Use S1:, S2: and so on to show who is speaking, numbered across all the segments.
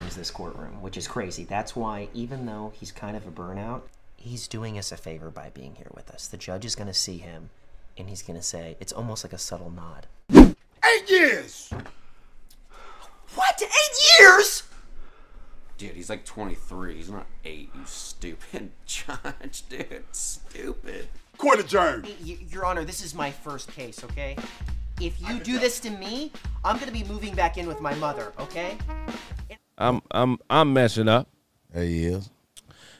S1: enters this courtroom, which is crazy. That's why, even though he's kind of a burnout, he's doing us a favor by being here with us. The judge is going to see him, and he's going to say, it's almost like a subtle nod.
S2: Eight years!
S1: What? Eight years?
S3: Dude, he's like 23. He's not eight, you stupid judge, dude. Stupid.
S2: Court adjourned.
S1: Y- Your Honor, this is my first case, okay? If you do this to me, I'm going to be moving back in with my mother, okay?
S4: I'm I'm I'm messing up.
S5: There he is.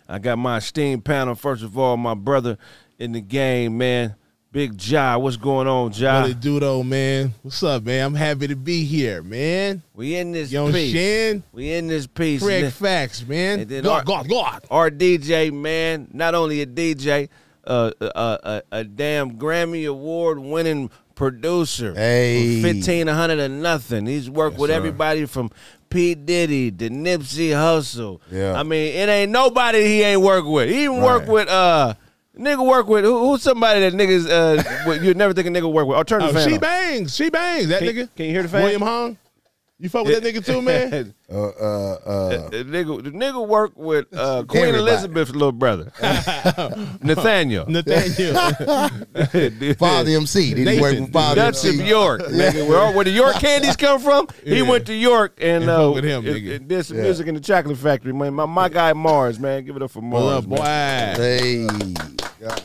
S4: I got my esteemed panel. First of all, my brother in the game, man. Big Jai, what's going on,
S5: What
S4: Jai?
S5: it do though, man? What's up, man? I'm happy to be here, man.
S4: We in this
S5: Young
S4: piece.
S5: Shin,
S4: We in this piece.
S5: Craig
S4: man.
S5: Facts, man.
S4: and then
S5: God,
S4: our-
S5: God, God.
S4: Our DJ, man, not only a DJ, uh, uh, uh, uh, a damn Grammy award winning producer.
S5: Hey.
S4: Fifteen hundred and nothing. He's worked
S5: Yes,
S4: with
S5: sir.
S4: everybody from P Diddy to Nipsey Hussle.
S5: Yeah.
S4: I mean, it ain't nobody he ain't worked with. He even worked
S5: Right.
S4: with uh. Nigga work with who, who's somebody that niggas uh would- you'd never think a nigga work with. Oh, turn the
S5: Oh,
S4: fan
S5: she
S4: on.
S5: bangs. She bangs. That
S4: Can-
S5: nigga.
S4: can you hear the fan?
S5: William Hong. You fuck with that nigga too, man.
S4: Uh, uh, uh, the nigga, the nigga worked with uh, Queen
S5: Everybody.
S4: Elizabeth's little brother, Nathaniel.
S5: Nathaniel.
S4: Father,
S6: Father MC. Did he
S5: Nathan,
S6: work with Father
S4: Dutch of
S6: MC?
S4: York. Nigga. Where, where the York candies come from? He
S5: Yeah.
S4: went to York and,
S5: And
S4: uh,
S5: fuck with him,
S4: and-
S5: nigga.
S4: and did some
S6: Yeah.
S4: music in the chocolate factory. Man, my, my guy Mars, man, give it up for Mars.
S5: What up,
S4: man.
S5: boy?
S6: Hey. Ah,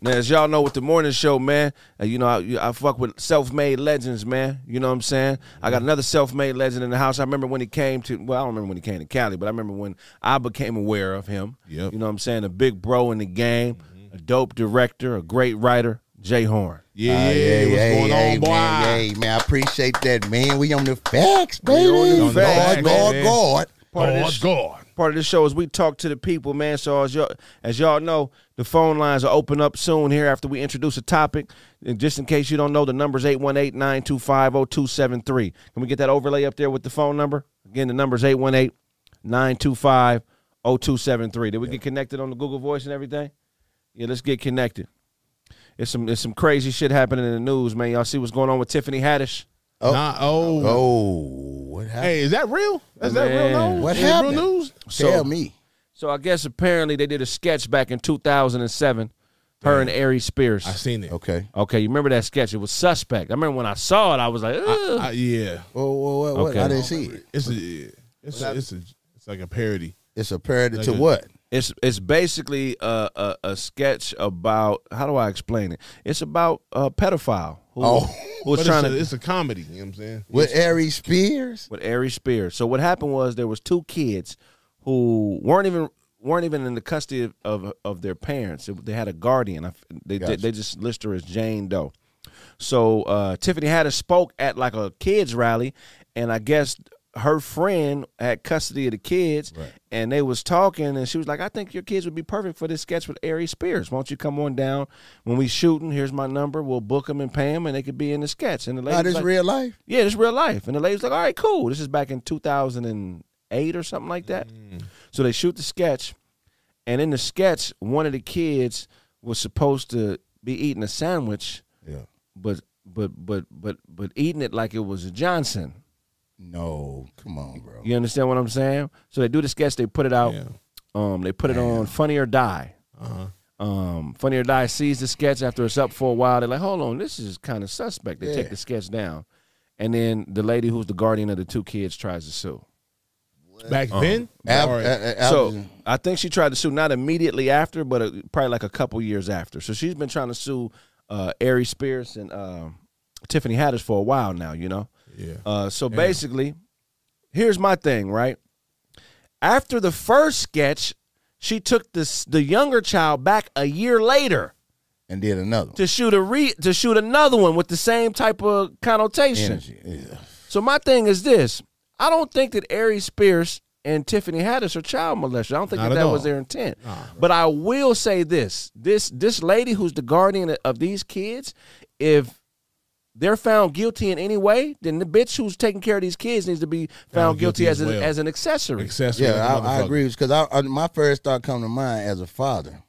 S4: Now, as y'all know, with the morning show, man, uh, you know I, I fuck with self-made legends, man. You know what I'm saying? I got another self-made legend in the house. I remember when he came to, well, I don't remember when he came to Cali, but I remember when I became aware of him.
S5: Yep.
S4: You know what I'm saying? A big bro in the game, a dope director, a great writer, Jay Horn.
S5: Yeah, yeah. What's going on, boy?
S6: Man, hey, man, I appreciate that, man. We on the facts, baby.
S4: on the
S6: God,
S4: facts,
S6: God,
S5: man.
S6: God.
S4: Part of
S5: oh,
S4: this-
S5: God.
S4: part of the show is we talk to the people, man. So as y'all, as y'all know, the phone lines are open up soon here after we introduce a topic. And just in case you don't know, the number's 818-925-0273. Can we get that overlay up there with the phone number? Again, the number's 818-925-0273. Did we get connected on the Google Voice and everything? Yeah, let's get connected. It's some it's some crazy shit happening in the news, man. Y'all see what's going on with Tiffany Haddish?
S6: Oh.
S5: Nah, oh.
S6: Oh, what happened?
S5: Hey, is that real? Is that real
S4: Man.
S5: news?
S6: What
S5: Is that
S6: happened?
S5: Real news?
S6: Tell me.
S4: So I guess apparently they did a sketch back in 2007, her and Ari Spears.
S5: I seen it.
S6: Okay.
S4: Okay, you remember that sketch? It was suspect. I remember when I saw it, I was like, Ugh.
S5: I, yeah.
S6: Whoa, whoa, whoa, what?
S4: Okay.
S6: I didn't see it.
S5: It's a, it's a, it's a, it's like a parody.
S6: It's a parody to
S5: Like a-
S6: what?
S4: it's it's basically a, a a sketch about how do I explain it? It's about a pedophile who,
S6: Oh.
S4: who was
S5: But
S4: trying
S5: it's, a,
S4: to
S5: it's a comedy. You know what I'm saying?
S6: With Ari Spears?
S4: with Ari Spears. So what happened was there was two kids who weren't even weren't even in the custody of of, of their parents. They had a guardian. I f- They, they
S6: Gotcha.
S4: they just list her as Jane Doe. So uh, Tiffany Haddish spoke at like a kids rally, and I guess her friend had custody of the kids, and they was talking, and she was like, "I think your kids would be perfect for this sketch with Ari Spears. Won't you come on down when we shooting? Here's my number. We'll book them and pay them, and they could be in the sketch." And the lady,
S6: Not
S4: was
S6: this
S4: like,
S6: real life?
S4: yeah, it's real life. And the lady's like, all right, cool. This is back in 2008 or something like that. So they shoot the sketch. And in the sketch, one of the kids was supposed to be eating a sandwich,
S6: Yeah.
S4: but but but but but eating it like it was a Johnson.
S6: No, come on, bro.
S4: You understand what I'm saying? So they do the sketch, they put it out.
S5: Yeah.
S4: Um, they put it on Funny or Die.
S5: Uh-huh.
S4: Um, Funny or Die sees the sketch after it's up for a while. They're like, hold on, this is kind of suspect. They take
S6: Yeah.
S4: the sketch down. And then the lady who's the guardian of the two kids tries to sue.
S5: Back
S4: Uh-huh.
S5: then?
S6: Ab-
S5: Or-
S6: a- a- ab-
S4: So I think she tried to sue not immediately after, but uh probably like a couple years after. So she's been trying to sue uh, Ari Spears and uh, Tiffany Haddish for a while now. You know.
S5: yeah.
S4: Uh, so basically, here's my thing, right? After the first sketch, she took this the younger child back a year later
S6: and did another one.
S4: to shoot a re to shoot another one with the same type of connotation.
S6: Energy. Yeah.
S4: So my thing is this: I don't think that Ari Spears and Tiffany Haddish are child molesters. I don't think
S5: Not
S4: that,
S5: at
S4: that
S5: all.
S4: was their intent.
S5: Nah.
S4: but I will say this: this this lady who's the guardian of these kids, if they're found guilty in any way, then the bitch who's taking care of these kids needs to be found,
S5: Found
S4: guilty,
S5: guilty
S4: as,
S5: as
S4: a,
S5: well.
S4: as an accessory.
S5: Accessory. like a
S6: Yeah, I, I
S5: motherfucker.
S6: agree with because I, I, my first thought come to mind as a father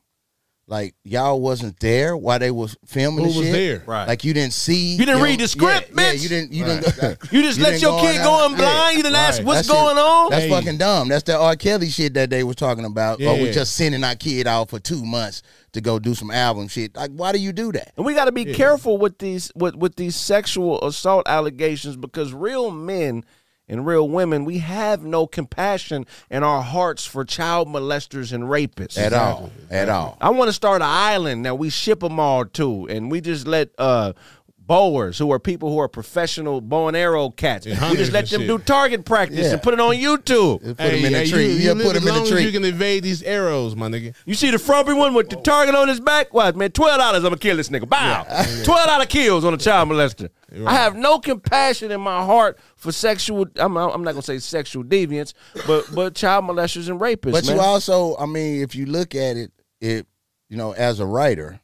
S6: Like y'all wasn't there while they was filming.
S5: Who
S6: the
S5: was
S6: shit.
S5: there?
S4: Right.
S6: Like you didn't see.
S4: You didn't
S6: know,
S4: read the script,
S6: yeah, yeah,
S4: bitch.
S6: you didn't. You
S5: Right.
S6: didn't.
S4: You just let
S6: didn't
S4: your kid
S6: on
S4: go
S6: out.
S4: in blind. You didn't ask
S5: Right.
S4: what's
S6: That shit-
S4: going on.
S6: That's
S5: Hey.
S6: fucking dumb. That's the R. Kelly shit that they was talking about. Oh,
S5: Yeah.
S6: we're just sending our kid out for two months to go do some album shit. Like, why do you do that?
S4: And we got to be careful with these with with these sexual assault allegations because real men and real women, we have no compassion in our hearts for child molesters and rapists.
S6: At all. At all.
S4: I want to start an island that we ship them all to, and we just let uh bowers who are people who are professional bow and arrow cats. we
S5: hunters
S4: just let
S5: and
S4: them
S5: shit.
S4: do target practice
S6: Yeah.
S4: and put it on YouTube.
S6: Put him in a
S5: You,
S6: tree.
S5: you
S6: yeah, put
S5: live as
S6: him in
S5: long
S6: a
S5: as you
S6: tree.
S5: can evade these arrows, my nigga.
S4: You see the frumpy one with the target on his back? Watch, man, twelve dollars. I'm gonna kill this nigga. Bow. Twelve dollar kills on a child molester. I have no compassion in my heart for sexual. I'm, I'm not gonna say sexual deviants, but but child molesters and rapists.
S6: But
S4: man.
S6: you also, I mean, if you look at it, it you know, as a writer,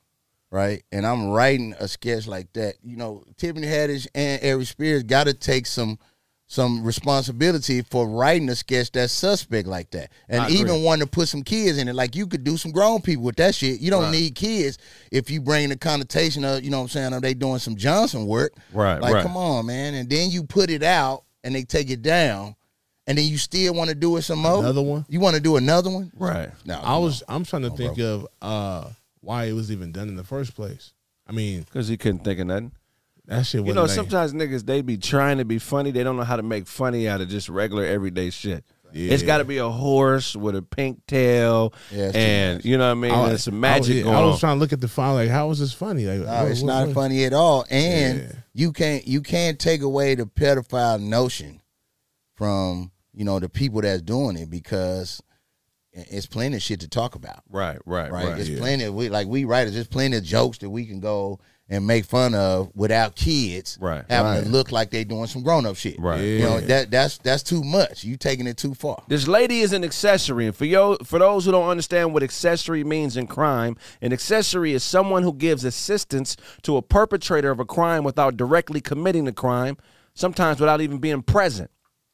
S6: right? And I'm writing a sketch like that. You know, Tiffany Haddish and Ari Spears got to take some some responsibility for writing a sketch that's suspect like that, and even one to put some kids in it. Like you could do some grown people with that shit. You don't need kids if you bring the connotation of you know what I'm saying. Are they doing some Johnson work?
S4: Right,
S6: Like
S4: right.
S6: come on, man. And then you put it out, and they take it down. And then you still want to do it some more?
S5: Another one?
S6: You want to do another one?
S4: right.
S6: No,
S5: I was I'm trying to think of uh why it was even done in the first place. I mean,
S4: Because he couldn't think of nothing.
S5: that shit was
S4: You know, sometimes niggas they be trying to be funny. They don't know how to make funny out of just regular everyday shit. It's got to be a horse with a pink tail,
S6: Yeah, it's too
S4: and you know what I mean.
S5: I-
S4: There's some magic
S5: I, yeah,
S4: going
S5: I
S4: on.
S5: was trying to look at the file like how is this funny? Like
S6: No,
S5: what-
S6: it's
S5: what-
S6: not
S5: what-
S6: funny at all. And
S5: Yeah.
S6: you can't you can't take away the pedophile notion from you know the people that's doing it because i- it's plenty of shit to talk about.
S4: right, right,
S6: Right,
S4: right.
S6: it's
S5: yeah.
S6: plenty. Of, we like we writers. There's plenty of jokes that we can go and make fun of without kids
S4: Right.
S6: having
S5: Right.
S6: to look like they doing some grown up shit.
S4: Right.
S6: you know
S5: Yeah.
S6: that that's that's too much. You taking it too far.
S4: This lady is an accessory, and for yo, for those who don't understand what accessory means in crime, an accessory is someone who gives assistance to a perpetrator of a crime without directly committing the crime, sometimes without even being present.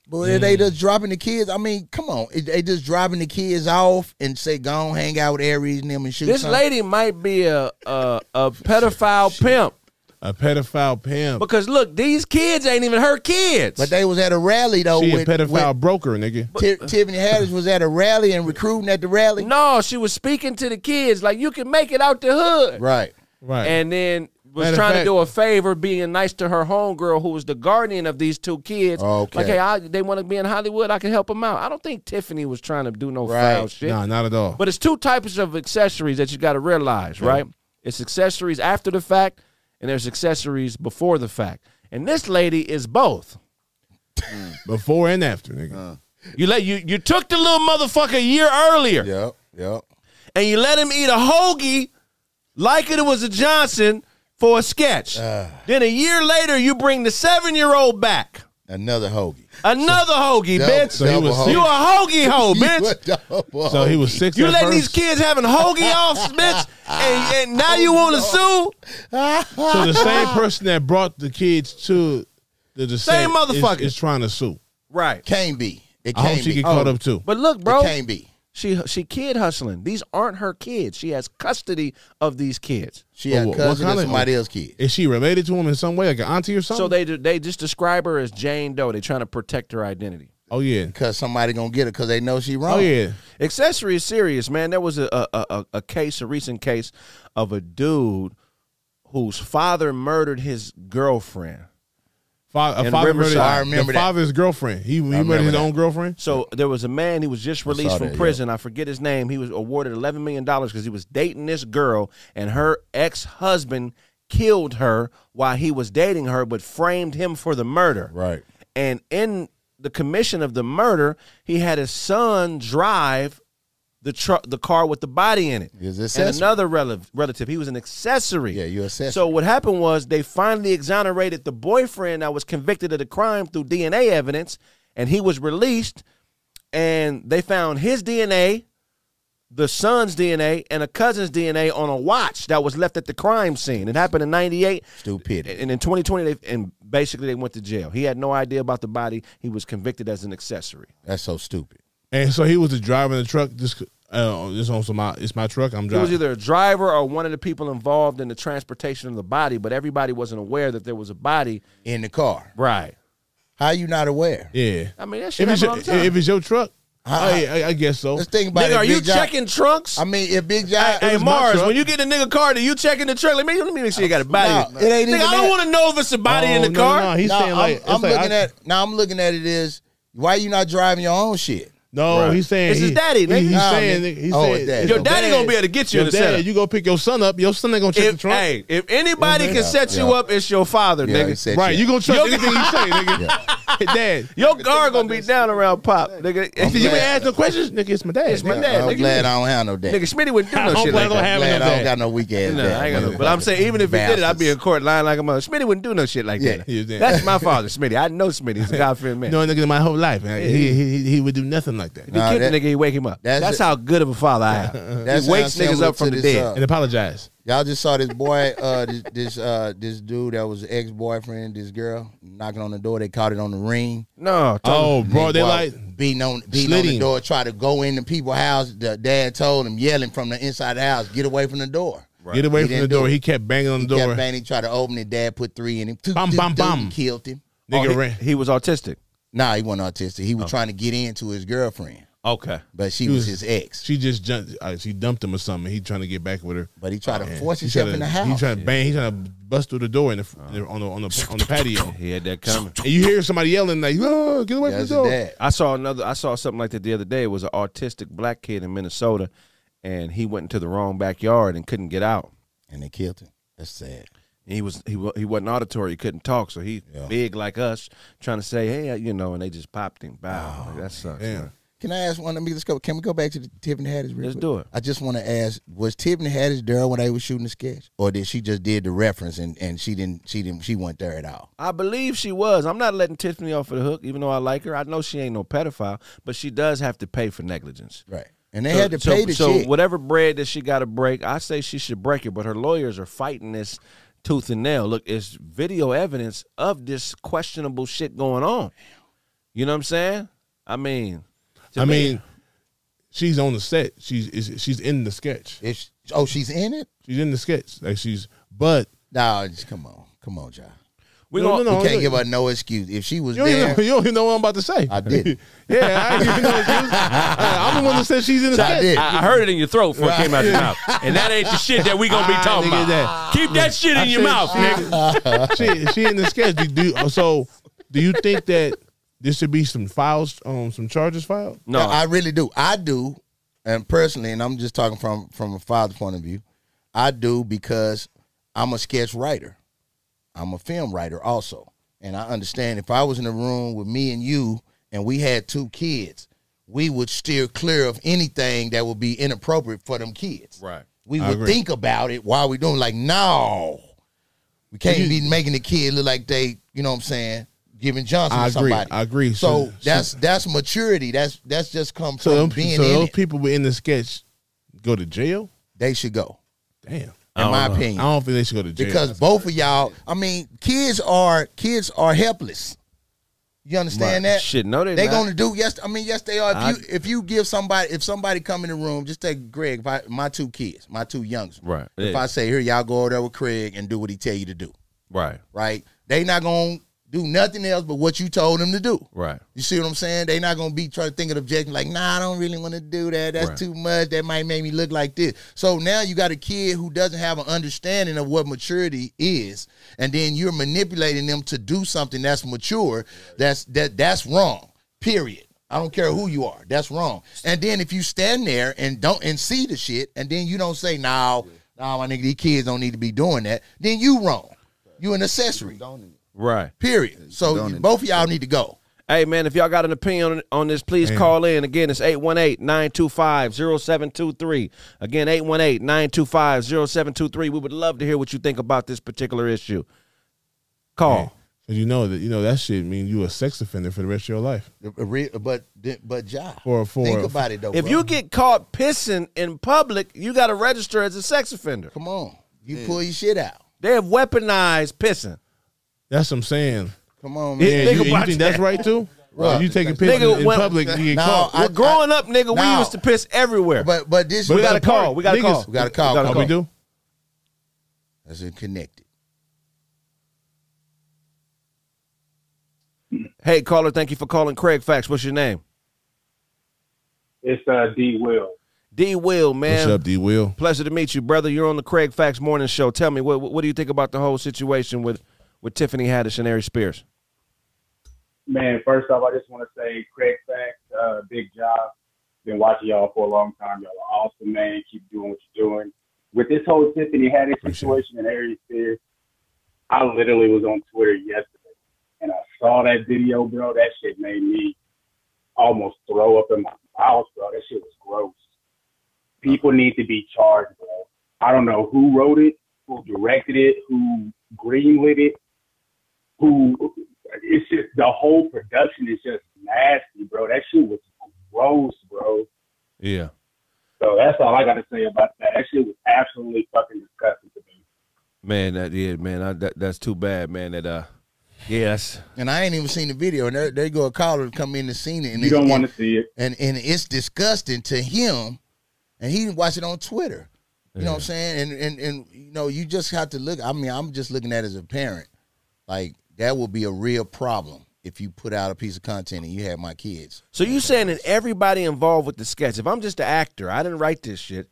S6: But if they just dropping the kids, I mean, come on, If they just dropping the kids off and say go on, hang out with Aries and them and shoot.
S4: This
S6: something.
S4: lady might be a a, a pedophile pimp
S5: A pedophile pimp.
S4: because look, these kids ain't even her kids.
S6: But they was at a rally though.
S5: She
S6: with,
S5: a pedophile broker, nigga.
S6: with Ti- Tiffany Haddish was at a rally and recruiting at the rally.
S4: no, she was speaking to the kids like you can make it out the hood,
S6: Right.
S5: Right.
S4: and then was
S5: Matter of
S4: trying to
S5: fact-
S4: do a favor, being nice to her homegirl who was the guardian of these two kids.
S6: Okay.
S4: Like, hey, I, they want to be in Hollywood. I can help them out. I don't think Tiffany was trying to do no
S6: Right.
S4: foul shit.
S5: nah, not at all.
S4: But it's two types of accessories that you got to realize, right? It's accessories after the fact, and there's accessories before the fact. And this lady is both.
S5: Before and after, nigga.
S4: You let you you took the little motherfucker a year earlier,
S6: Yep. Yep.
S4: and you let him eat a hoagie like it was a Johnson for a sketch.
S6: Uh.
S4: then a year later, you bring the seven year old back.
S6: Another hoagie.
S4: Another hoagie,
S6: Double-
S4: bitch.
S5: So he
S6: double
S5: was-
S6: hoagie.
S4: you a hoagie hoe, bitch.
S6: You a double
S5: so he was
S6: hoagie.
S5: six.
S4: You
S5: at
S4: letting
S5: first.
S4: these kids having hoagie offs, bitch, and, and now you want
S6: Oh,
S4: to sue?
S5: So the same person that brought the kids to the, the
S4: Same
S5: set is-
S4: motherfucker.
S5: is, trying to sue.
S4: Right.
S6: Can't be. It
S5: I hope
S6: can't
S5: she
S6: be.
S5: get caught up too.
S4: But look,
S6: It
S4: Oh, bro,
S6: can't be.
S4: she she kid hustling. These aren't her kids. She has custody of these kids.
S6: She had
S5: Oh, What- what
S6: cousin
S5: kind
S6: of
S5: of-
S6: somebody else's kid.
S5: Is she related to him in some way, like an auntie or something?
S4: So they they just describe her as Jane Doe. They're trying to protect her identity.
S5: oh yeah,
S6: Cause somebody gonna get it because they know she wrong.
S5: oh yeah.
S4: Accessory is serious, man. There was a a, a a case, a recent case of a dude whose father murdered his girlfriend.
S5: Fa- a
S4: In
S5: father
S4: Riverside.
S5: murdered
S6: I remember
S5: the
S6: that.
S5: father's girlfriend. He, he murdered
S6: remember
S5: his
S6: that.
S5: own girlfriend.
S4: So there was a man he was just released
S6: saw
S4: from
S6: that, yeah.
S4: prison. I forget his name. He was awarded eleven million dollars because he was dating this girl, and her ex husband killed her while he was dating her, but framed him for the murder.
S6: Right.
S4: And in the commission of the murder, he had his son drive the truck, the car with the body in it.
S6: He was
S4: and
S6: accessory.
S4: another rel- relative, he was an accessory.
S6: Yeah, you accessory.
S4: So what happened was they finally exonerated the boyfriend that was convicted of the crime through DNA evidence, and he was released. And they found his DNA, the son's DNA, and a cousin's DNA on a watch that was left at the crime scene. It happened in '98.
S6: Stupidity.
S4: And in 2020, they and basically they went to jail. He had no idea about the body. He was convicted as an accessory.
S6: That's so stupid.
S5: And so he was the driver in the truck. Just uh, it's on some my it's my truck. I'm
S4: He was
S5: driving.
S4: either a driver or one of the people involved in the transportation of the body, but everybody wasn't aware that there was a body.
S6: in the car.
S4: Right.
S6: How you not aware?
S5: yeah.
S4: I mean, that shit
S5: If
S4: happens
S5: it's, your,
S4: all the time.
S5: if it's your truck,
S6: Uh-uh.
S5: I, I, I guess so.
S6: Let's think about
S4: Nigga,
S6: it.
S4: are
S6: Big
S4: you
S6: John-
S4: checking trunks?
S6: I mean, if Big John,
S4: Hey
S5: was my
S4: Mars,
S5: truck.
S4: when you get in the nigga car, do you check in the truck? Let me let me make sure you got a body.
S6: No, it ain't
S4: nigga,
S6: even
S4: I don't
S6: that.
S4: want to know if it's a body in
S5: Oh,
S4: the
S5: no,
S4: car.
S5: No, no, he's
S6: Nah,
S5: saying like
S6: I'm, I'm
S5: it's like,
S6: looking
S5: I-
S6: at now. I'm looking at it is why you not driving your own shit?
S5: No, he's saying
S4: It's his
S5: he-
S4: daddy, nigga.
S5: He's
S6: Nah,
S5: saying
S6: nigga.
S5: he's
S6: Oh,
S5: saying
S6: it's daddy.
S5: it's
S4: Your
S5: your
S4: daddy gonna be able to get you in
S5: your
S4: the setup.
S5: dad. You go pick your son up. Your son ain't gonna check the
S4: if,
S5: trunk.
S4: hey, if anybody
S5: Yeah,
S4: can set you up, it's your father,
S6: Yeah, he
S4: nigga.
S6: said
S5: right,
S6: yeah.
S5: you gonna trust anything he say, nigga. Hey, dad,
S4: Your guard gonna be down around pop, nigga.
S5: you
S6: glad-
S5: ain't ask no questions, nigga. It's my dad.
S4: It's my
S5: nigga.
S4: dad,
S6: I'm
S4: nigga.
S6: glad I don't have no
S4: nigga,
S6: dad.
S4: Schmitty wouldn't do
S5: I
S4: no
S5: hope
S4: shit
S5: I
S4: like
S5: don't
S4: that.
S5: have- having
S6: glad
S5: no
S6: I don't
S5: dad.
S6: got no weak ass
S4: No,
S6: dad.
S4: I ain't gonna,
S6: Motherfucker.
S4: but I'm saying even if he did it, I'd be in
S6: Bastards.
S4: court lying like a mother. Schmitty wouldn't do no shit like
S6: Yeah.
S4: that.
S5: He was there.
S4: That's my father, Schmitty. I know Schmitty. He's a God-fearing man.
S5: No, nigga, in my whole life, man. He, he he would do nothing like that
S4: If he
S6: Nah,
S4: killed the
S6: that-
S4: nigga, he wake him up. That's,
S6: that's it.
S4: how good of a father I am.
S6: That
S4: he wakes
S6: sounds
S4: niggas up from
S6: similar to
S4: the
S6: this,
S4: dead.
S6: uh,
S5: and apologize.
S6: Y'all just saw this boy, uh, this this, uh, this dude that was ex boyfriend, this girl knocking on the door. They caught it on the ring.
S4: no, Tony.
S5: Oh, bro, they
S6: While
S5: like
S6: beating on beating on the
S5: slitting.
S6: door, try to go into people's house. The dad told him, yelling from the inside of the house, "Get away from the door!"
S5: get
S6: He
S5: away from
S6: didn't
S5: the
S6: do
S5: door.
S6: it.
S5: He kept banging on the door.
S6: Kept banging, tried to open it. Dad put three in him.
S5: Bam,
S6: Dude,
S5: bam,
S6: dude,
S5: bam.
S6: Killed him.
S5: Nigga
S4: Oh, he-
S5: ran.
S4: he, was autistic.
S6: Nah, he wasn't autistic. He was trying to get into his girlfriend,
S4: Okay.
S6: but she
S5: He
S6: was,
S5: was-
S6: his ex.
S5: Oh. She just jumped. Uh, she dumped him or something. He trying to get back with her.
S6: but he tried to
S5: Man, Oh,
S6: force
S5: he
S6: himself
S5: tried to-
S6: in the
S5: He
S6: house. Oh.
S5: trying to bang. He trying to bust through the door in the, fr- on the on the on the patio.
S4: He had that coming.
S5: And you hear somebody yelling like, "Oh, get away
S6: That's
S5: from the door!"
S6: dad.
S4: I saw another. I saw something like that the other day. It was an autistic black kid in Minnesota, and he went into the wrong backyard and couldn't get out.
S6: And they killed him. That's sad.
S4: He was he wa- he wasn't auditory. He couldn't talk, so he
S6: Yeah.
S4: big like us, trying to say, hey, uh, you know, and they just popped him. Bow. Like, that sucks.
S5: Damn.
S4: man.
S6: Can I ask one? Let me let's go. Can we go back to the Tiffany Haddish? Real
S4: Let's
S6: quick?
S4: do it.
S6: I just want to ask: Was Tiffany Haddish there when they were shooting the sketch, or did she just did the reference and, and she didn't she didn't she wasn't there at all?
S4: I believe she was. I'm not letting Tiffany off of the hook, even though I like her. I know she ain't no pedophile, but she does have to pay for negligence.
S6: Right. And they
S4: So-
S6: had to
S4: so,
S6: pay the
S4: so
S6: chick.
S4: whatever bread that she got to break, I say she should break it. But her lawyers are fighting this tooth and nail. Look, it's video evidence of this questionable shit going on. You know what I'm saying? I mean, to
S5: I
S4: me-
S5: mean, she's on the set. She's is, she's in the sketch.
S6: If she- oh, she's in it.
S5: She's in the sketch. Like she's, but
S6: Nah, just come on, come on, y'all.
S4: we
S5: no,
S4: gonna-
S5: no, no,
S6: You can't
S5: look,
S6: give her no excuse. If she was
S5: You don't,
S6: there,
S5: even know, you don't even know what I'm about to say.
S6: I did.
S5: yeah, I ain't even know. what she was- I- I'm the one that said she's in the
S6: I
S5: sketch.
S6: did.
S4: I I heard it in your throat before it came out your mouth, and that ain't the shit that we gonna be
S5: Ah,
S4: talking
S5: nigga,
S4: about.
S5: that-
S4: Keep that shit in
S5: I
S4: your
S5: said
S4: mouth, nigga.
S5: she, she in the sketch. Do, do, so, do you think that there should be some files, um, some charges filed?
S4: No,
S6: I really do. I do, and personally, and I'm just talking from from a father's point of view. I do because I'm a sketch writer. I'm a film writer also, and I understand if I was in a room with me and you, and we had two kids, we would steer clear of anything that would be inappropriate for them kids.
S4: right.
S6: We
S5: I
S6: would
S5: agree.
S6: think about it while we doing. Like, no, we can't be making the kid look like they. You know what I'm saying? Giving Johnson
S5: I
S6: to
S5: agree.
S6: somebody.
S5: I agree.
S6: So,
S5: So-
S6: that's that's maturity. That's that's just come
S5: So,
S6: from
S5: them,
S6: being
S5: so
S6: in
S5: those
S6: it.
S5: people were in the sketch go to jail.
S6: They should go,
S5: Damn,
S6: in
S5: I
S6: my opinion,
S5: don't think they should go to jail
S6: because both of y'all. I mean, kids are kids are helpless. You understand that?
S4: Shit, no, they
S6: They
S4: not.
S6: gonna do yes. I mean, yes, they are. If
S4: I-
S6: you if you give somebody if somebody come in the room, just take Greg, if I, my two kids, my two youngs.
S4: Right.
S6: If I say here, y'all go over there with Craig and do what he tell you to do.
S4: right,
S6: right? They not gonna do nothing else but what you told them to do.
S4: right.
S6: You see what I'm saying? They not gonna be trying to think of objection like, nah, I don't really want to do that. That's
S4: Right.
S6: too much. That might make me look like this. So now you got a kid who doesn't have an understanding of what maturity is, and then you're manipulating them to do something that's mature. That's that that's wrong. Period. I don't care who you are. That's wrong. And then if you stand there and don't and see the shit, and then you don't say, nah, nah, my nigga, these kids don't need to be doing that. Then you wrong. You an accessory.
S4: Right.
S6: Period. So you, both of y'all need to go.
S4: Hey, man, if y'all got an opinion on, on this, please call in. Again, it's 818 925 0723. Again, 818 925 0723. We would love to hear what you think about this particular issue. Call.
S5: Because you know that you know that shit mean you a sex offender for the rest of your life.
S6: A re- But but ja.
S5: For- for-
S6: think about it though.
S4: If
S6: bro.
S4: you get caught pissing in public, you got to register as a sex offender.
S6: come on, you pull your shit out.
S4: They have weaponized pissing.
S5: That's what I'm saying.
S6: Come on,
S4: Yeah.
S6: man.
S5: Yeah,
S4: Think
S5: you, you
S4: about
S5: think that's
S4: that.
S5: right too? If you taking pictures
S4: Nigga,
S5: in
S4: when-
S5: public, you get
S6: No,
S5: caught.
S6: I-
S4: Well, growing up, nigga, we
S6: Now-
S4: used to piss everywhere.
S6: But but this
S4: we
S5: we
S4: got a
S5: gotta call.
S4: call. We got a
S5: Niggas,
S4: call.
S6: we gotta call.
S5: oh, we do.
S6: That's it connected.
S4: Hey, caller, thank you for calling Craig Facts. What's your name?
S7: It's uh, D. Will.
S4: D. Will,
S5: What's
S4: man.
S5: up, D. Will?
S4: Pleasure to meet you, brother. You're on the Craig Facts Morning Show. Tell me, what what do you think about the whole situation with with Tiffany Haddish and Ari Spears?
S7: Man, first off, I just want to say, Craig Facts, uh, big job. Been watching y'all for a long time. Y'all are awesome, man. Keep doing what you're doing. With this whole Tiffany Haddish
S5: Appreciate
S7: situation and Aries Spears, I literally was on Twitter yesterday and I saw that video, bro. That shit made me almost throw up in my mouth, bro. That shit was gross. People need to be charged, bro. I don't know who wrote it, who directed it, who greenlit it, who it's just the whole production is just nasty, bro. That shit was gross, bro.
S5: Yeah.
S7: So that's all I got to say about that. That shit was absolutely fucking disgusting to me.
S4: Man, that yeah, man, I, that, that's too bad, man. That uh, yeah, that's
S6: And I ain't even seen the video. And there, there go a caller to come in and seen it. And
S7: You
S6: it's-
S7: don't want
S6: and-
S7: to see it.
S6: and and it's disgusting to him, and he didn't watch it on Twitter. You know what I'm saying? And and and you know, you just have to look. I mean, I'm just looking at it as a parent, like that will be a real problem if you put out a piece of content and you have my kids.
S4: So you saying that everybody involved with the sketch? If I'm just an actor, I didn't write this shit.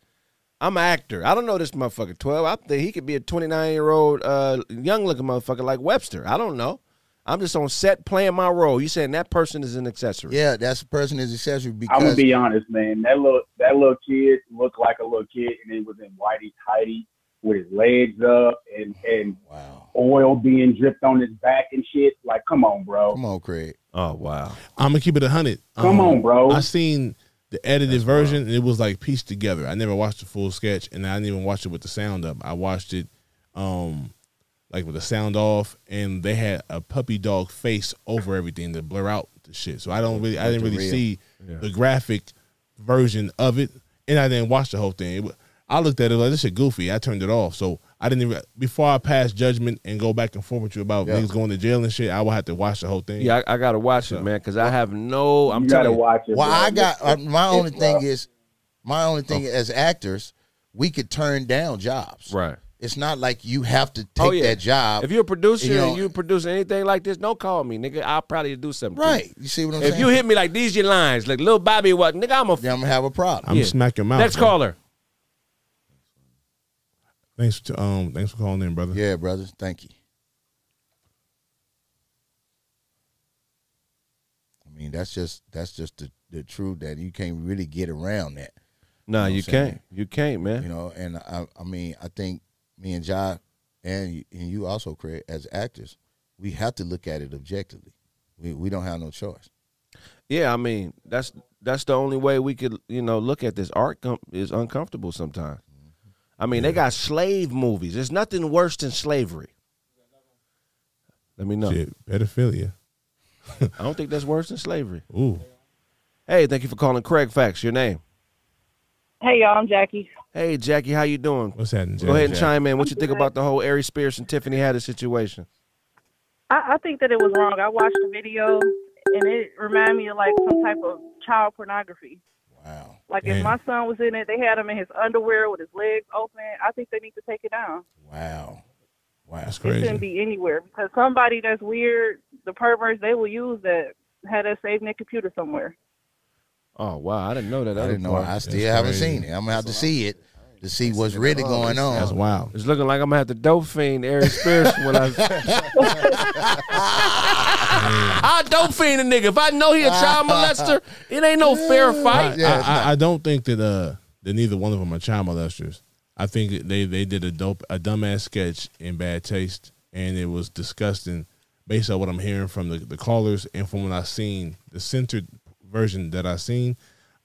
S4: I'm an actor. I don't know this motherfucker. Twelve. I think he could be a 29 year old, uh, young looking motherfucker like Webster. I don't know. I'm just on set playing my role. You saying that person is an accessory?
S6: Yeah, that's the person is accessory
S7: I'm gonna
S6: because
S7: be honest, man. That little that little kid looked like a little kid, and he was in whitey tighty with his legs up and and
S6: wow.
S7: oil being dripped on his back and shit. Like, come on, bro.
S6: Come on, Craig.
S4: Oh wow.
S5: I'm gonna keep it a hundred. Um,
S7: Come on, bro.
S5: I seen the edited version and it was like pieced together. I never watched the full sketch and I didn't even watch it with the sound up. I watched it, um, like with the sound off, and they had a puppy dog face over everything to blur out the shit. So I don't really, I didn't really see the graphic version of it, and I didn't watch the whole thing. It wa- I looked at it like this shit goofy. I turned it off. So I didn't even before I pass judgment and go back and forth with you about
S6: Yeah.
S5: niggas going to jail and shit. I would have to watch the whole thing.
S4: Yeah, I, I gotta watch it, man, because I have no. I'm
S7: you
S4: telling
S7: gotta
S4: you.
S7: watch it.
S6: Well,
S7: bro.
S6: I got
S7: It's-
S6: uh, my
S7: it's
S6: only thing
S7: rough.
S6: is my only thing as actors, we could turn down jobs.
S4: Oh. Right.
S6: It's not like you have to take
S4: Oh, yeah.
S6: that job.
S4: If you're a producer
S6: You know-
S4: and you produce anything like this, don't call me, nigga. I'll probably do something. to you.
S6: right. You see what I'm
S4: If
S6: saying?
S4: you hit me like these, your lines, like little Bobby, what, nigga? I'm a. F-
S6: then I'm gonna have a problem.
S5: I'm
S4: Yeah.
S5: smacking mouth.
S4: Next
S5: bro.
S4: caller.
S5: Thanks to um, thanks for calling in, brother.
S6: Yeah, brothers. Thank you. I mean, that's just that's just the, the truth that you can't really get around that,
S4: No,
S6: You know
S4: you
S6: what I'm saying?
S4: can't. You can't, man.
S6: you know. And I, I mean, I think me and Ja and you, and you also, Craig, as actors, we have to look at it objectively. We we don't have no choice.
S4: Yeah, I mean that's that's the only way we could you know look at this. Art com- is uncomfortable sometimes. I mean they got slave movies. There's nothing worse than slavery. Let me know.
S5: Shit, pedophilia.
S4: I don't think that's worse than slavery.
S5: Ooh,
S4: Hey, thank you for calling Craig Facts. Your name.
S8: Hey y'all, I'm Jackie.
S4: Hey Jackie, how you doing?
S5: what's happening?
S4: Go ahead and
S5: Jack?
S4: chime in. What you think about the whole Ari Spears and Tiffany Haddish situation?
S8: I, I think that it was wrong. I watched the video and it reminded me of like some type of child pornography.
S6: Wow.
S8: Like
S5: Damn.
S8: if my son was in it, they had him in his underwear with his legs open. I think they need to take it down.
S6: Wow. Wow.
S5: That's
S8: It shouldn't
S5: crazy.
S8: be anywhere because somebody that's weird, the perverts, they will use that. Had that saved in their computer somewhere.
S4: Oh wow, I didn't know that.
S6: I didn't know.
S4: Part.
S6: I still
S5: That's
S6: haven't
S5: crazy.
S6: seen it. I'm gonna have to see it to see what's really going
S5: That's
S6: on.
S5: wild.
S4: It's looking like I'm gonna have to dope fiend Ari Spears when I. I dope fiend a nigga. If I know he a child molester, it ain't no fair
S5: I,
S4: fight.
S6: Yeah, it's
S5: I, I, I don't think that uh that neither one of them are child molesters. I think that they they did a dope a dumbass sketch in bad taste, and it was disgusting. Based on what I'm hearing from the, the callers and from what I seen, the censored version that I seen,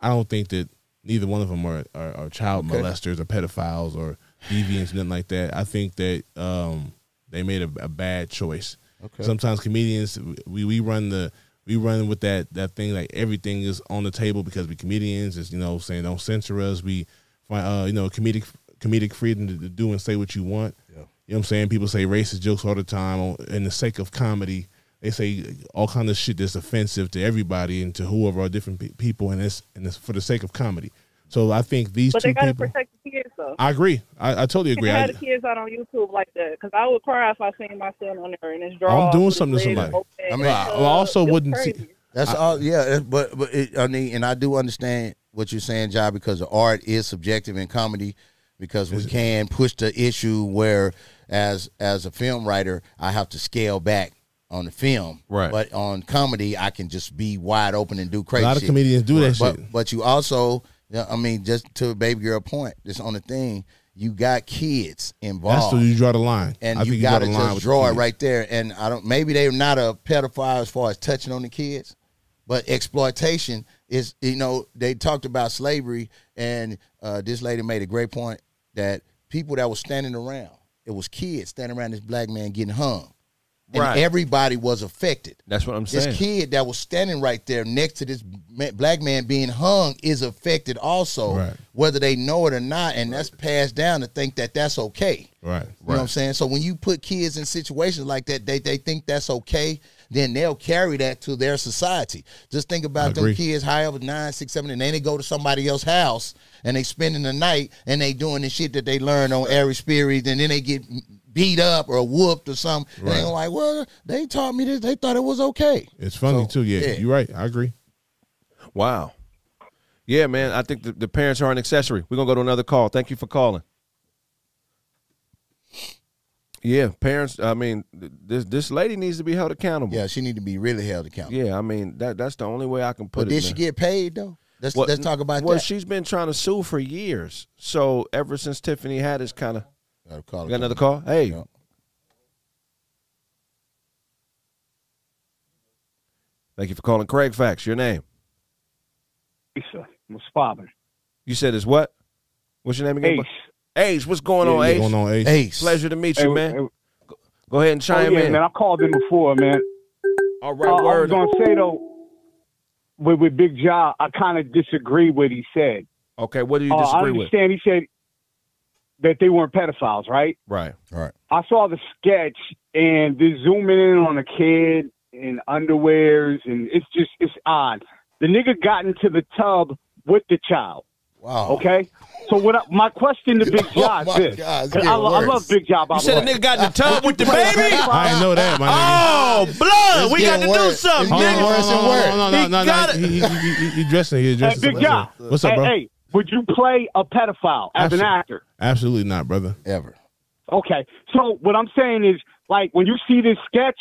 S5: I don't think that neither one of them are are, are child molesters or pedophiles or deviants, nothing like that. I think that um they made a, a bad choice. Sometimes comedians we, we run the we run with that that thing like everything is on the table because we comedians is you know saying don't censor us. We find uh you know comedic comedic freedom to, to do and say what you want. You know what I'm saying? People say racist jokes all the time on, in the sake of comedy. they say all kind of shit that's offensive to everybody and to whoever are different pe- people, and it's and it's for the sake of comedy. So I think these
S8: But
S5: two
S8: they gotta
S5: people.
S8: protect the kids though.
S5: I agree. I, I totally
S8: You
S5: agree.
S8: can't
S5: I,
S8: have the kids out on YouTube like that because I would cry if I seen my son on there and his draw.
S5: I'm doing something to somebody.
S6: I mean,
S5: I also wouldn't see-
S6: That's all. Yeah, that's- but but it, I mean, and I do understand what you're saying, Jai, because the art is subjective in comedy, because we can push the issue where, as as a film writer, I have to scale back on the film,
S5: Right.
S6: But on comedy, I can just be wide open and do
S5: a
S6: crazy.
S5: lot of
S6: shit.
S5: comedians do that
S6: but
S5: shit.
S6: but you also, yeah, I mean, just to baby girl point, just on the thing, you got kids involved
S5: That's where you draw the line.
S6: and
S5: I
S6: you,
S5: think draw
S6: got
S5: the
S6: to
S5: line
S6: just
S5: with the
S6: draw it
S5: kids.
S6: right there. And I don't. Maybe they're not a pedophile as far as touching on the kids, but exploitation is. You know, they talked about slavery, and uh, this lady made a great point that people that were standing around, it was kids standing around this black man getting hung, and
S4: Right.
S6: everybody was affected.
S4: That's what I'm
S6: This
S4: saying.
S6: kid that was standing right there next to this ma- black man being hung is affected also,
S5: Right.
S6: whether they know it or not, and that's passed down to think that that's okay.
S5: Right.
S6: You know what I'm saying? So when you put kids in situations like that, they, they think that's okay, then they'll carry that to their society. Just think
S5: I
S6: about them
S5: agree.
S6: kids high up at nine, six, seven, and then they go to somebody else's house and they spending the night and they doing the shit that they learned on Aries Spirit, and then they get beat up or whooped or something. And they're
S5: Right.
S6: like, well, they taught me this. They thought it was okay.
S5: It's funny
S6: So,
S5: too. Yeah,
S6: yeah.
S5: you're right. I agree.
S4: Wow. Yeah, man. I think the, the parents are an accessory. We're gonna go to another call. Thank you for calling. Yeah, parents. I mean, th- this this lady needs to be held accountable.
S6: Yeah, she need to be really held accountable.
S4: Yeah, I mean that that's the only way I can put
S6: but
S4: it.
S6: did she
S4: man.
S6: get paid though? Let's,
S4: Well,
S6: let's talk about
S4: Well,
S6: that.
S4: she's been trying to sue for years. So ever since Tiffany had this kind of
S6: Gotta call
S4: we
S6: it
S4: got another call. Hey,
S6: Yeah.
S4: thank you for calling Craig Facts. Your name?
S7: What's poppin'?
S4: You said is what? What's your name again?
S7: Ace.
S4: Ace, what's going on,
S7: Yeah,
S4: Ace?
S5: Going on Ace.
S6: Ace.
S4: Pleasure to meet you,
S7: Hey,
S4: man.
S7: hey,
S4: Go ahead and
S7: oh,
S4: chime
S7: yeah,
S4: in.
S7: man. I called in before, man.
S4: All
S7: Uh,
S4: right,
S7: I was
S4: word.
S7: gonna say though, with, with Big Ja, I kind of disagree with what he said.
S4: Okay, what do you
S7: Uh, I
S4: disagree with?
S7: understand he said that they weren't pedophiles, right?
S4: Right.
S7: I saw the sketch and they're zooming in on a kid in underwears, and it's just it's odd. The nigga got into the tub with the child.
S6: Wow.
S7: Okay, so what? I, my question to Big Ja
S6: Oh, my
S7: is this:
S6: God, it's
S7: 'Cause I,
S6: getting
S7: lo- I
S6: worse.
S7: love Big Ja. By
S4: You
S7: the
S4: said
S7: way.
S4: a nigga got in the tub with the baby.
S5: I didn't know that, my nigga.
S6: Ah,
S4: Oh, blood!
S6: It's
S4: we got to
S6: getting
S4: do
S6: worse.
S4: something,
S6: It's
S4: nigga.
S6: getting worse and worse.
S5: No, no,
S4: He
S5: no, no.
S4: got it.
S5: He, he, he, he, he dressing. He
S7: Hey,
S5: dressing.
S7: Big Ja.
S5: What's up,
S7: hey,
S5: bro?
S7: hey, would you play a pedophile as an
S5: Absolutely.
S7: actor?
S5: Absolutely not, brother.
S6: Ever.
S7: Okay. So what I'm saying is, like, when you see this sketch,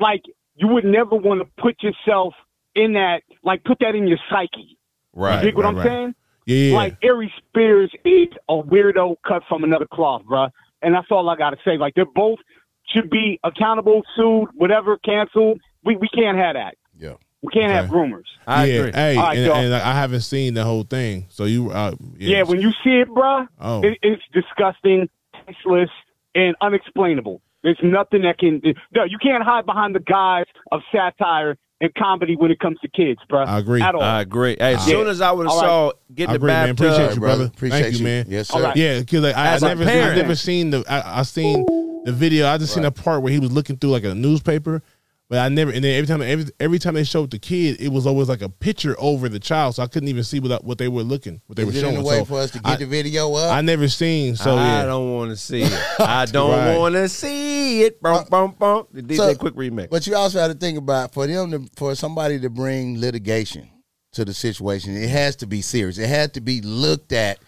S7: like, you would never want to put yourself in that, like, put that in your psyche.
S5: Right.
S7: you dig what
S5: right,
S7: I'm
S5: right.
S7: saying?
S5: Yeah, yeah.
S7: Like, Aries Spears is a weirdo cut from another cloth, bruh. And that's all I got to say. Like, they're both should be accountable, sued, whatever, canceled. We, we can't have that.
S6: Yeah.
S7: We can't have
S5: Okay.
S7: rumors.
S4: I
S5: yeah,
S4: agree.
S5: Hey,
S7: All right,
S5: and,
S7: y'all.
S5: and, like, I haven't seen the whole thing, so you. Uh,
S7: Yeah, when you see it, bruh,
S5: Oh.
S7: it, it's disgusting, tasteless, and unexplainable. There's nothing that can. No, you can't hide behind the guise of satire and comedy when it comes to kids, bruh.
S5: I agree.
S7: At all.
S4: I agree. Hey, as
S7: Yeah.
S4: soon as I would have
S7: All right.
S4: saw get in
S5: I
S4: the
S5: agree, man.
S4: bathtub,
S5: Appreciate you,
S6: brother.
S5: brother.
S6: Appreciate
S5: Thank
S6: you.
S5: you, man.
S6: Yes,
S7: All
S6: sir.
S7: right.
S5: Yeah, because like, I, I
S4: As a
S5: never, I
S4: parent.
S5: never seen the, I, I seen the video. I just seen a part where he was looking through like a newspaper, but I never. And then every time, every, every time they showed the kid, it was always like a picture over the child, so I couldn't even see what what they were looking, what they
S6: Is
S5: were
S6: it
S5: showing.
S6: any way
S5: so
S6: for us to get
S5: I,
S6: the video up?
S5: I never seen. So
S4: I
S5: yeah,
S4: don't want to see it. I don't
S5: Right. Uh,
S4: want to see it. Bum, bum, bum. The DJ
S6: So-
S4: Quick remix.
S6: But you also have to think about for them to, for somebody to bring litigation to the situation, it has to be serious. It has to be looked at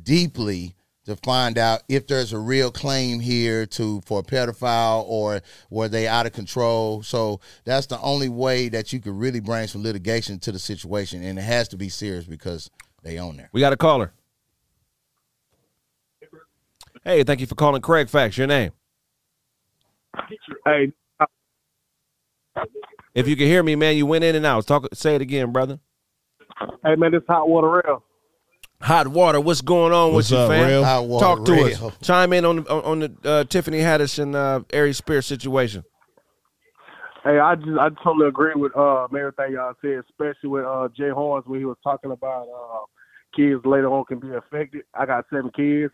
S6: deeply to find out if there's a real claim here to for pedophile or were they out of control. So that's the only way that you could really bring some litigation to the situation, and it has to be serious because they own there.
S4: We got a caller. Hey, thank you for calling Craig Facts. Your name.
S7: Hey,
S4: If you can hear me, man, you went in and out. Talk. Say it again, brother.
S7: hey, man, it's hot water rail.
S4: Hot water. What's going on
S5: What's
S4: with you,
S5: up,
S4: fam?
S5: Rail?
S6: Hot water
S4: Talk to
S6: radio.
S4: us. Chime in on on, on the uh, Tiffany Haddish and uh, Aries Spears situation.
S7: Hey, I just I totally agree with uh everything y'all said, especially with uh Jay Horns when he was talking about uh kids later on can be affected. I got seven kids.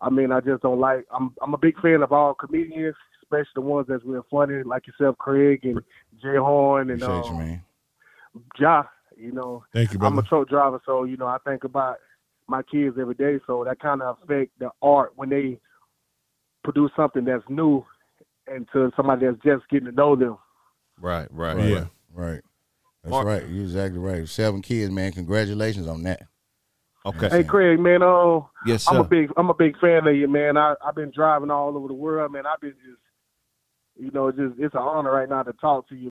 S7: I mean, I just don't like. I'm I'm a big fan of all comedians, especially the ones that's real funny, like yourself, Craig and Jay Horn and
S6: Appreciate you,
S7: um,
S6: man.
S7: Ja. You know,
S5: Thank you,
S7: I'm
S5: brother.
S7: a truck driver, so you know I think about my kids every day. So that kind of affect the art when they produce something that's new and to somebody that's just getting to know them.
S5: Right, right,
S6: Right.
S5: yeah.
S6: Right. That's
S4: Mark-
S6: right. You're exactly right. Seven kids, man. Congratulations on that.
S4: Okay.
S7: Hey, Craig, man, uh,
S4: yes,
S7: I'm a
S4: sir.
S7: big I'm a big fan of you, man. I I've been driving all over the world, man. I've been just you know, just it's an honor right now to talk to you.